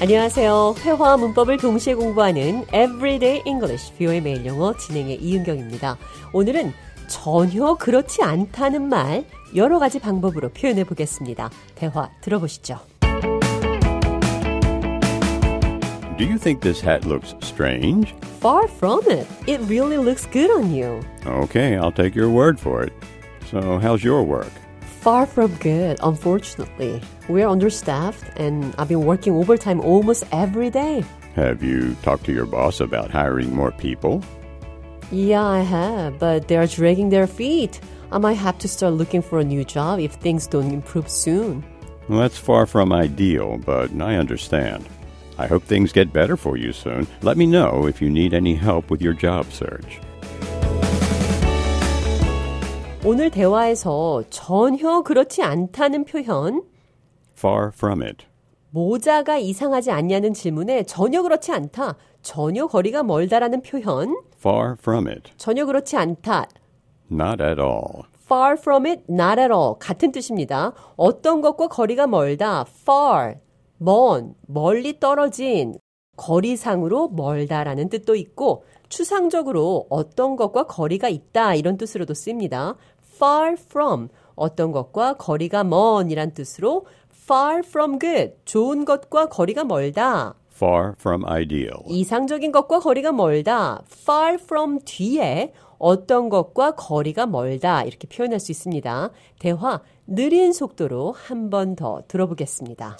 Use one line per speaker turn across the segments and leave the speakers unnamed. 안녕하세요. 회화와 문법을 동시에 공부하는 Everyday English, 뷰의 매일 영어 진행의 이은경입니다. 오늘은 전혀 그렇지 않다는 말 여러 가지 방법으로 표현해 보겠습니다. 대화 들어보시죠.
Do you think this hat looks strange?
Far from it. It really looks good on you.
Okay, I'll take your word for it. So, how's your work?
Far from good, unfortunately. We're understaffed and I've been working overtime almost every day.
Have you talked to your boss about hiring more people?
Yeah, I have, but they are dragging their feet. I might have to start looking for a new job if things don't improve soon.
Well, that's far from ideal, but I understand. I hope things get better for you soon. Let me know if you need any help with your job search.
오늘 대화에서 전혀 그렇지 않다는 표현,
Far from it.
모자가 이상하지 않냐는 질문에 전혀 그렇지 않다, 전혀 거리가 멀다라는 표현,
Far from it.
전혀 그렇지 않다,
Not at all.
far from it, not at all. 같은 뜻입니다. 어떤 것과 거리가 멀다, far, 먼, 멀리 떨어진, 거리상으로 멀다라는 뜻도 있고, 추상적으로 어떤 것과 거리가 있다 이런 뜻으로도 씁니다. far from, 어떤 것과 거리가 먼이란 뜻으로 far from good, 좋은 것과 거리가 멀다.
Far from ideal.
뭐 이상적인 것과 거리가 멀다. far from 뒤에 어떤 것과 거리가 멀다. 이렇게 표현할 수 있습니다. 대화 느린 속도로 한 번 더 들어보겠습니다.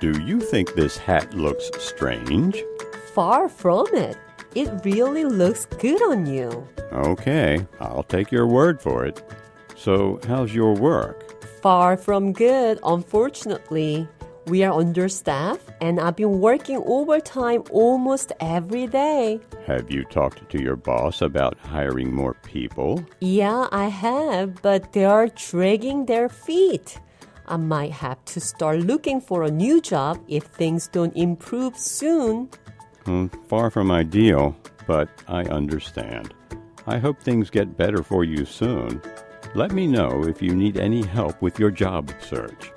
Do you think this hat looks strange?
Far from it. It really looks good on you.
Okay, I'll take your word for it. So, how's your work?
Far from good, unfortunately. We are understaffed and I've been working overtime almost every day.
Have you talked to your boss about hiring more people?
Yeah, I have, but they are dragging their feet. I might have to start looking for a new job if things don't improve soon.
Hmm, far from ideal, but I understand. I hope things get better for you soon. Let me know if you need any help with your job search.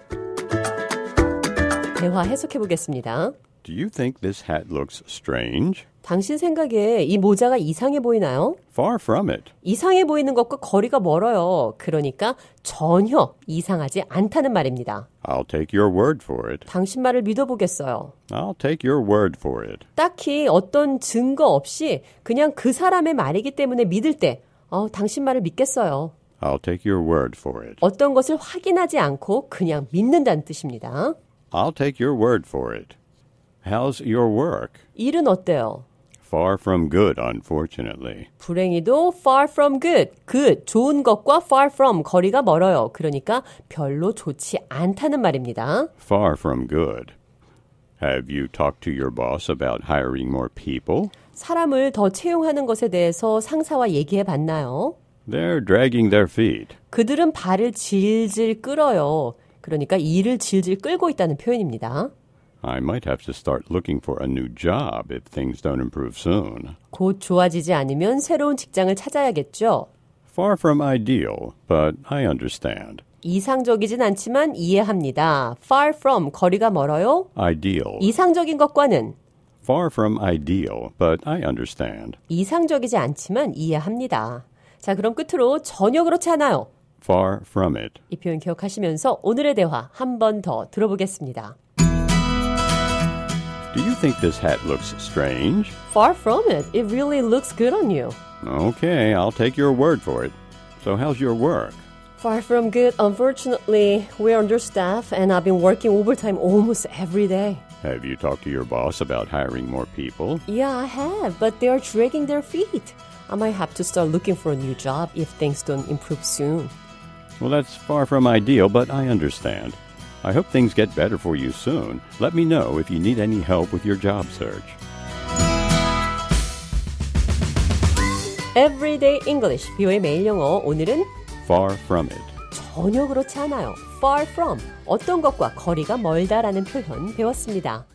대화 해석해 보겠습니다.
Do you think this hat looks strange?
당신 생각에 이 모자가 이상해 보이나요?
Far from it.
이상해 보이는 것과 거리가 멀어요. 그러니까 전혀 이상하지 않다는 말입니다.
I'll take your word for it.
당신 말을 믿어보겠어요.
I'll take your word for it.
딱히 어떤 증거 없이 그냥 그 사람의 말이기 때문에 믿을 때, 어, 당신 말을 믿겠어요.
I'll take your word for it.
어떤 것을 확인하지 않고 그냥 믿는다는 뜻입니다.
I'll take your word for it. How's your work?
일은 어때요?
Far from good, unfortunately.
불행히도 far from good, good, 좋은 것과 far from, 거리가 멀어요. 그러니까 별로 좋지 않다는 말입니다.
Far from good. Have you talked to your boss about hiring more people?
사람을 더 채용하는 것에 대해서 상사와 얘기해 봤나요?
They're dragging their feet.
그들은 발을 질질 끌어요. 그러니까 일을 질질 끌고 있다는 표현입니다.
I might have to start looking for a new job if things don't improve soon.
곧 좋아지지 않으면 새로운 직장을 찾아야겠죠.
Far from ideal, but I understand.
이상적이진 않지만 이해합니다. far from, 거리가 멀어요.
Ideal.
이상적인 것과는
Far from ideal, but I understand.
이상적이지 않지만 이해합니다. 자, 그럼 끝으로 전혀 그렇지 않아요.
Far from it.
이 표현 기억하시면서 오늘의 대화 한 번 더 들어보겠습니다.
Do you think this hat looks strange?
Far from it. It really looks good on you.
Okay, I'll take your word for it. So, how's your work?
Far from good. Unfortunately, we're understaffed and I've been working overtime almost every day.
Have you talked to your boss about hiring more people?
Yeah, I have, but they are dragging their feet. I might have to start looking for a new job if things don't improve soon.
Well, that's far from ideal, but I understand. I hope things get better for you soon. Let me know if you need any help with your job search.
Everyday English, 뷰의 매일 영어. 오늘은
Far from it.
전혀 그렇지 않아요. far from, 어떤 것과 거리가 멀다라는 표현 배웠습니다.